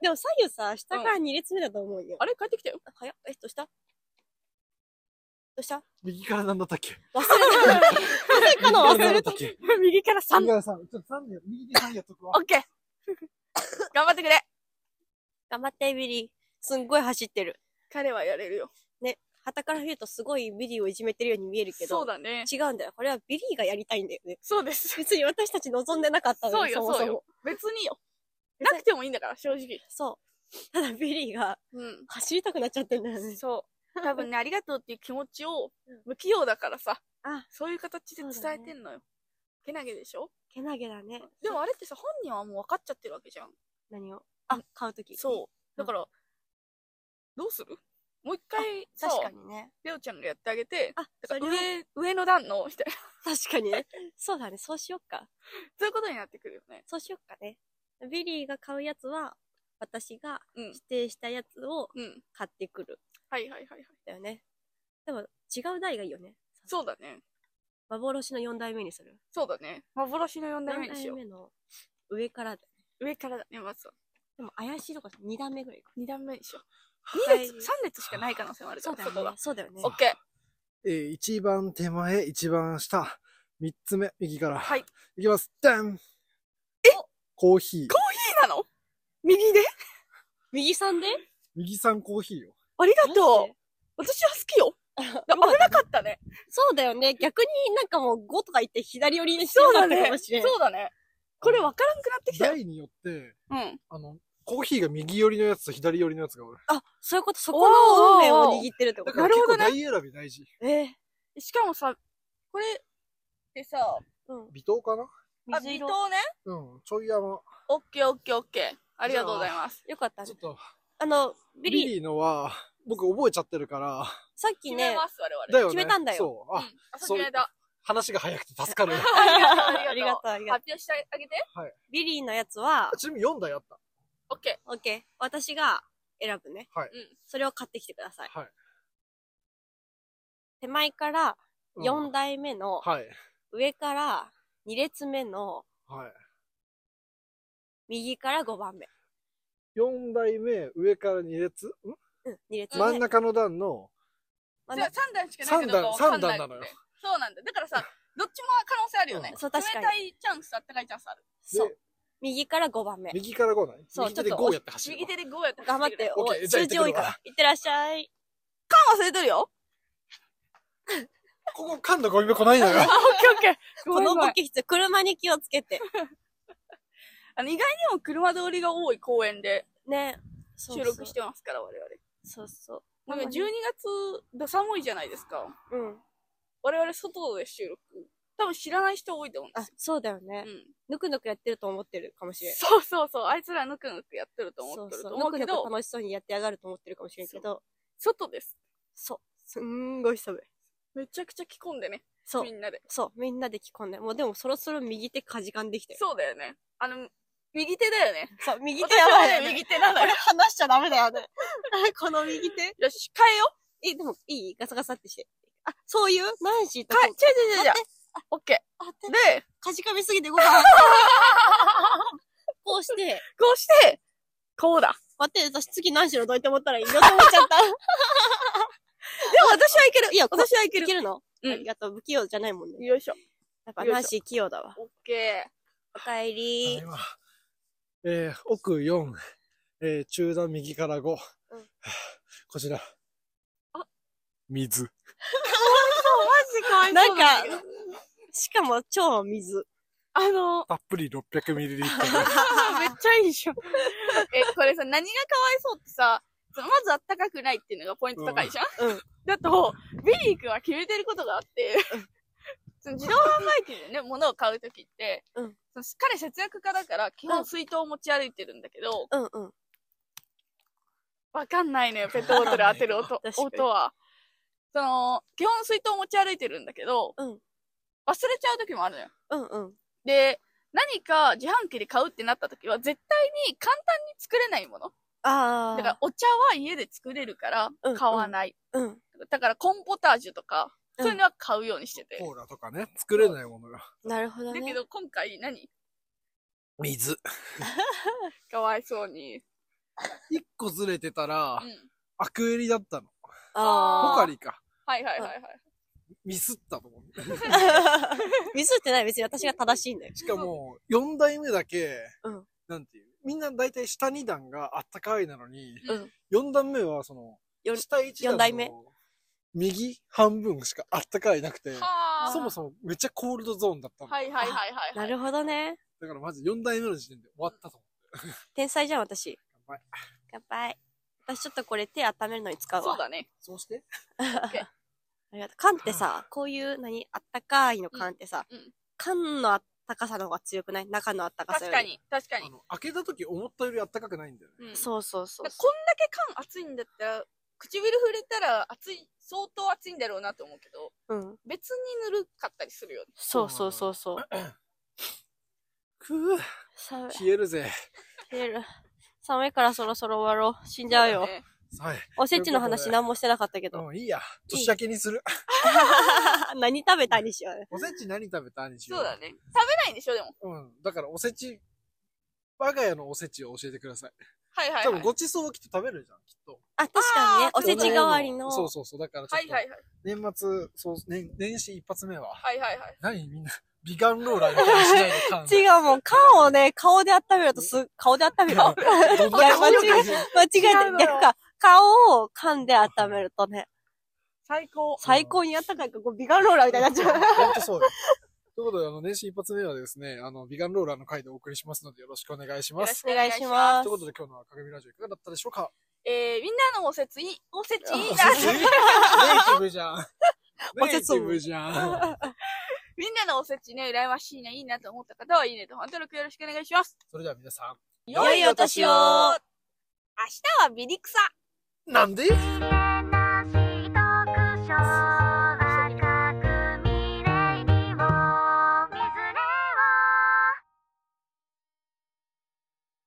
Speaker 3: でも左右さ、下から2列目だと思うよ。
Speaker 2: あれ帰ってきたよ。
Speaker 3: あ早っ。え、どうしたどうした
Speaker 1: 右からなんだったっけ
Speaker 3: 忘れた。まさ かの
Speaker 1: 右からな
Speaker 3: 忘れ
Speaker 1: んだったっけ
Speaker 2: 右から3
Speaker 1: 右。からさ、ちょっと3で、右で3やっとくわ
Speaker 2: オ。ッケー。頑張ってくれ。
Speaker 3: 頑張って、ビリー。すんごい走ってる。
Speaker 2: 彼はやれるよ。
Speaker 3: ね。旗から見るとすごいビリーをいじめてるように見えるけど。
Speaker 2: そうだね。
Speaker 3: 違うんだよ。これはビリーがやりたいんだよね。
Speaker 2: そうです。
Speaker 3: 別に私たち望んでなかったのに、
Speaker 2: そうよ
Speaker 3: も
Speaker 2: そ
Speaker 3: そう
Speaker 2: よ
Speaker 3: も。
Speaker 2: 別によ。なくてもいいんだから、正直。
Speaker 3: そう。ただビリーが
Speaker 2: う
Speaker 3: 走りたくなっちゃってるんだよね
Speaker 2: ん。。そう。多分ね、ありがとうっていう気持ちを、不器用だからさ。
Speaker 3: あ
Speaker 2: そういう形で伝えてんのよ。けなげでしょ
Speaker 3: けなげだね。
Speaker 2: でもあれってさ、本人はもう分かっちゃってるわけじゃん。
Speaker 3: 何をあ、買うとき。
Speaker 2: そう。だから、どうするもう一回
Speaker 3: う
Speaker 2: さ、
Speaker 3: 確かにね。
Speaker 2: レオちゃんがやってあげて、
Speaker 3: あ、
Speaker 2: だ
Speaker 3: そ
Speaker 2: か
Speaker 3: れ
Speaker 2: ら
Speaker 3: を
Speaker 2: 上、上の段の、みたいな。
Speaker 3: 確かにね。そうだね。そうしよっか。
Speaker 2: そういうことになってくるよね。
Speaker 3: そうしよっかね。ビリーが買うやつは、私が
Speaker 2: うん
Speaker 3: 指。定したやつを
Speaker 2: うん。
Speaker 3: 買ってくる。
Speaker 2: はいはいはいはい。
Speaker 3: だよね。でも、違う台がいいよね。
Speaker 2: そうだね。
Speaker 3: 幻の4代目にする。
Speaker 2: そうだね。幻の4代目
Speaker 3: 4
Speaker 2: にし
Speaker 3: 代
Speaker 2: よ
Speaker 3: 目の上からだ。
Speaker 2: う。上からだね、まずは。
Speaker 3: でも怪しいとこ2段目ぐらいか。
Speaker 2: 2段目にしよう。
Speaker 3: は
Speaker 2: 2
Speaker 3: い
Speaker 2: 列、3列しかない可能性もあるか
Speaker 3: そう
Speaker 2: ら、
Speaker 3: だ
Speaker 2: そこ
Speaker 3: よ
Speaker 2: が
Speaker 3: ね。。そうだよね
Speaker 2: オ。ッケ
Speaker 1: え
Speaker 2: ー。
Speaker 1: ー、一番手前、一番下、三つ目、右から。
Speaker 2: はい。
Speaker 1: いきます。ダンコーヒー。
Speaker 2: いいなの右で
Speaker 3: 右さんで
Speaker 1: 右さんコーヒーよ。
Speaker 2: ありが
Speaker 3: マジ
Speaker 2: と
Speaker 3: で
Speaker 2: う。私は好き よ。だ危なかったね。
Speaker 3: そうだよね。逆になんかもう5とか言って左寄りにし
Speaker 2: そ
Speaker 3: よ
Speaker 2: う
Speaker 3: うだ
Speaker 2: だ
Speaker 3: った
Speaker 2: ね
Speaker 3: かも。しれん。
Speaker 2: そうだね。これ分からんくなってきたよ。
Speaker 1: 台によって、
Speaker 2: うん。
Speaker 1: あの、コーヒーが右寄りのやつと左寄りのやつがおる。
Speaker 3: あ、そういうこと、そこの運命を握ってるってこ
Speaker 1: だ
Speaker 3: と
Speaker 1: から
Speaker 2: なる
Speaker 1: 結
Speaker 2: ほ
Speaker 1: 構
Speaker 2: どね
Speaker 1: 台選び大事。
Speaker 3: ええ
Speaker 2: しかもさ、これってさ、
Speaker 3: うん。
Speaker 1: 微糖かな
Speaker 2: あ、
Speaker 3: 水
Speaker 2: 微
Speaker 3: 色。
Speaker 2: 糖ね。
Speaker 1: うん。ちょい山。
Speaker 2: オッケーオッケーオッケー。ありがとうございます。
Speaker 3: よかったね
Speaker 1: ちょっ。と、
Speaker 3: あの、
Speaker 1: ビ
Speaker 3: ビリー、
Speaker 1: リーのは、僕覚えちゃってるから。
Speaker 3: さっき
Speaker 2: 決
Speaker 3: ね
Speaker 2: め、ます、我
Speaker 1: だ
Speaker 2: 々。
Speaker 1: よね。
Speaker 3: 決めたんだよ
Speaker 1: そう。あ、
Speaker 2: うんあ、そう決めた。
Speaker 1: 話が早くて助 かる。
Speaker 2: あ
Speaker 3: あ
Speaker 2: り
Speaker 3: り
Speaker 2: が
Speaker 3: が
Speaker 2: と
Speaker 3: と
Speaker 2: う
Speaker 3: う、ありがとう。
Speaker 2: 発表してあげて。
Speaker 3: ビリーのやつは、
Speaker 1: ちなみに4台あった。
Speaker 2: オッケ
Speaker 3: オッケー。私が選ぶね。
Speaker 1: はい
Speaker 2: うん
Speaker 3: それを買ってきてください。
Speaker 1: はい。
Speaker 3: 手前から
Speaker 1: うん
Speaker 3: 4代目の、
Speaker 1: はい。
Speaker 3: 上から2列目の、
Speaker 1: はい。
Speaker 3: 右から5番目。
Speaker 1: 4台目、上から2列ん
Speaker 3: うん、2列目。
Speaker 1: 真ん中の段の、
Speaker 2: ー。
Speaker 3: 真ん
Speaker 2: じゃあ
Speaker 3: 中。
Speaker 2: 3段しかないけど、
Speaker 1: 三段三段なのよ
Speaker 2: そうなんだ。だから さ、どっちも可能性あるよね。
Speaker 3: うんそう確かに
Speaker 2: 冷たいチャンス、あったかいチャンスある。
Speaker 3: そう。右から5番目。
Speaker 1: 右から5ない
Speaker 3: そう
Speaker 1: 右手で
Speaker 3: ちょっと
Speaker 1: 5やって走るわ。
Speaker 2: 右手で5やって
Speaker 3: 頑張って、
Speaker 1: オ ッ
Speaker 3: お
Speaker 1: ケー
Speaker 3: い
Speaker 1: じゃあ行っ
Speaker 3: 数
Speaker 1: てく
Speaker 3: 字
Speaker 1: るわ
Speaker 3: 多いから。いってらっしゃい。
Speaker 2: 缶忘れてるよ。
Speaker 1: ここ噛んだゴミ箱ないのよ。
Speaker 2: あ、オッケーオッケー。
Speaker 3: こ
Speaker 2: ごめん
Speaker 3: の
Speaker 2: ごめん
Speaker 3: 動き必要。車に気をつけて。
Speaker 2: あの、意外にも車通りが多い公園で
Speaker 3: ね。そうそ
Speaker 2: 収
Speaker 3: う
Speaker 2: 録してますから、我々。
Speaker 3: そうそう。
Speaker 2: なんか12月だ、寒いじゃないですか。
Speaker 3: うん。
Speaker 2: 我々外で収録。多分知らない人多いと思うんで
Speaker 3: あ
Speaker 2: す、
Speaker 3: そうだよね
Speaker 2: よ。う。ん。
Speaker 3: ぬくぬくやってると思ってるかもしれん。
Speaker 2: そうそうそう。あいつらぬくぬくやってると思ってると思
Speaker 3: ぬ
Speaker 2: う
Speaker 3: く
Speaker 2: け
Speaker 3: ぬく
Speaker 2: ど、
Speaker 3: 楽しそうにやってやがると思ってるかもしれんけど、
Speaker 2: 外です。
Speaker 3: そう。すんごい寒い。
Speaker 2: めちゃくちゃ着込んでね。
Speaker 3: そう
Speaker 2: み。んなで。
Speaker 3: そう。みんなで着込んで。もうでもそろそろ右手かじかんできてる。
Speaker 2: そうだよね。あの、右手だよね。
Speaker 3: そう、右
Speaker 2: 私はね
Speaker 3: よね
Speaker 2: 右手なの
Speaker 3: こ
Speaker 2: よ。
Speaker 3: れ離しちゃダメだよね。 この右手。
Speaker 2: よし、変えよ
Speaker 3: え、でもいいガサガサってして。あ、そういうナンシー
Speaker 2: う。
Speaker 3: と
Speaker 2: 変え、違う違う違う違う
Speaker 3: 待っ。て
Speaker 2: オッケ
Speaker 3: あ
Speaker 2: ー。
Speaker 3: 手
Speaker 2: で、
Speaker 3: かじかみすぎてご飯。こうして、
Speaker 2: こうして、こうだ。
Speaker 3: 待って、私次ナンシーのどうやって思ったらいいのと思っちゃ った。
Speaker 2: でも私はいける。
Speaker 3: いやこ
Speaker 2: 私はいけ
Speaker 3: い
Speaker 2: る
Speaker 3: け。るの
Speaker 2: う
Speaker 3: あ
Speaker 2: ん
Speaker 3: りがとう。不器用じゃないもんね。
Speaker 2: よいしょ。
Speaker 3: やっぱナンシー器用だわ。
Speaker 2: オッケ
Speaker 3: おかえ
Speaker 1: ただ
Speaker 3: り
Speaker 1: い。まえー奥4、えー中段右から5。
Speaker 3: うん
Speaker 1: こちら。
Speaker 2: あ
Speaker 1: 水。
Speaker 2: ー。マジかわい
Speaker 3: な
Speaker 2: そうんだ
Speaker 3: か
Speaker 2: けど。、
Speaker 3: しかも超水。
Speaker 2: あの、
Speaker 1: たっぷり 600ml。
Speaker 2: めっちゃいいじゃん。え、これさ、何がかわいそうってさ、そのまずあったかくないっていうのがポイント高いじゃん、
Speaker 3: うんうん
Speaker 2: だと、ビリー君は決めてることがあって、その自動販売機でね、物を買うときって、
Speaker 3: うん
Speaker 2: その彼節約家だから、基
Speaker 3: う
Speaker 2: 本
Speaker 3: ん
Speaker 2: 水筒を持ち歩いてるんだけど、
Speaker 3: うんうん。
Speaker 2: わかんないの よ、ペットボトル当てる音
Speaker 3: 確かに
Speaker 2: 音は。その、基本水筒を持ち歩いてるんだけど、
Speaker 3: うん
Speaker 2: 忘れちゃう時もあるのよ。
Speaker 3: うんうん。
Speaker 2: で、何か自販機で買うってなった時は、絶対に簡単に作れないもの。
Speaker 3: ああ。
Speaker 2: だから、お茶は家で作れるから
Speaker 3: うん、
Speaker 2: 買わない。
Speaker 3: うん。
Speaker 2: だから、コーンポタージュとか、
Speaker 3: うん
Speaker 2: そういうのは買うようにしてて。
Speaker 1: コーラとかね、作れないものが。
Speaker 3: なるほど
Speaker 2: だ
Speaker 3: ね。
Speaker 2: けど、今回何
Speaker 1: 水。
Speaker 2: かわいそうに。
Speaker 1: 一個ずれてたら
Speaker 2: う、ん。
Speaker 1: アクエリだったの。ポ
Speaker 3: あ
Speaker 2: あ
Speaker 1: カリか。
Speaker 2: はいはいはいはい。
Speaker 1: ミスったと思う。
Speaker 3: あ。ミスってない。別に私が正しいんだよ。
Speaker 1: しかも、4代目だけ、
Speaker 3: うん
Speaker 1: なんていう。みんな大体下2段があったかいなのに、
Speaker 3: うん
Speaker 1: 4段目はその、
Speaker 3: よん
Speaker 1: 下1段
Speaker 3: 四代目
Speaker 1: の右半分しかあったかいなくて、
Speaker 2: はあ。
Speaker 1: そもそもめっちゃコールドゾーンだったの。
Speaker 2: はいはいはいはい。
Speaker 3: なるほどね。
Speaker 1: だからまず4代目の時点で終わったと思
Speaker 3: 天才じゃん、私。
Speaker 1: う。やばい
Speaker 3: 乾杯。私ちょっとこれ手温めるのに使う
Speaker 2: そ
Speaker 3: わ
Speaker 2: う。だね。
Speaker 1: そうして、
Speaker 3: ありがとう。缶ってさ、こういう、何、あったかいの缶ってさ、
Speaker 2: うんうん
Speaker 3: 缶のあったかさの方が強くない中のあったかさよ
Speaker 2: 確
Speaker 3: り。
Speaker 2: か。に、確か
Speaker 1: あ
Speaker 2: に。
Speaker 1: の、開けた時思ったよりあったかくないんだよね。
Speaker 2: うん
Speaker 3: そうそうそう
Speaker 2: だから
Speaker 3: そ
Speaker 2: こんだけ缶熱いんだったら、唇触れたら熱い、相当熱いんだろうなと思うけど、
Speaker 3: う。うん。
Speaker 2: 別にぬるかったりするよね。
Speaker 3: そうそうそうそう。
Speaker 1: くぅ、
Speaker 3: 寒い。
Speaker 1: 冷えるぜ。
Speaker 3: 冷える寒いからそろそろ終わろう。死んじゃうよ。
Speaker 2: ね
Speaker 1: はい。
Speaker 3: おせちの話何もしてなかったけど。
Speaker 1: もういいや。年明けにする。
Speaker 3: 何食べたにしようよ。
Speaker 1: おせち何食べたにしよう。
Speaker 2: そうだね。食べないんでしょ、でも。
Speaker 1: うん。だからおせち、我が家のおせちを教えてください。
Speaker 2: はいはい
Speaker 1: 多
Speaker 2: は
Speaker 1: 分
Speaker 2: い。
Speaker 1: ごちそうをきっと食べるじゃん、きっと。
Speaker 3: あ、確かにね。
Speaker 2: あー
Speaker 3: おせち代わりの。
Speaker 1: そうそうそう。だからちょ
Speaker 2: は
Speaker 1: っ
Speaker 2: いはいはい。
Speaker 1: と、年末、そう、年、年始一発目は。
Speaker 2: はいはいはい。
Speaker 1: 何みんな、ビガンローラーみたいにしないで感
Speaker 3: 違うもん。缶をね、顔で温めるとす、顔で温める。間
Speaker 1: どんな感じ
Speaker 3: いや違えて、
Speaker 2: 違うのよ
Speaker 3: 逆か。顔を缶で温めるとね、
Speaker 2: 最高。
Speaker 3: 最高にあったかいから、こうビガンローラーみたいになっちゃう。
Speaker 1: ほんとそうよ。ということで、あの、年始一発目はですね、あの、ビガンローラーの回でお送りしますので、よろしくお願いし
Speaker 2: よ
Speaker 1: ま
Speaker 2: ろ
Speaker 1: す。
Speaker 2: しくお願いしま
Speaker 3: ます
Speaker 1: ということで、今日の赤組ラジオいかがだったでしょうか
Speaker 2: す。えー、みんなのおせちいい、おせちいい
Speaker 1: お
Speaker 2: な。
Speaker 1: せちネイティブじゃん。
Speaker 3: お
Speaker 1: ネ
Speaker 3: せ
Speaker 1: イ
Speaker 3: ち
Speaker 1: ティブじゃん。
Speaker 2: みんなのおせちね、羨ましいな、いいなと思った方は、いいねと、登録よろしくお願いします。
Speaker 1: それでは皆さ
Speaker 3: 良いお年を
Speaker 2: 明日はビリクサ。
Speaker 1: ん、なんで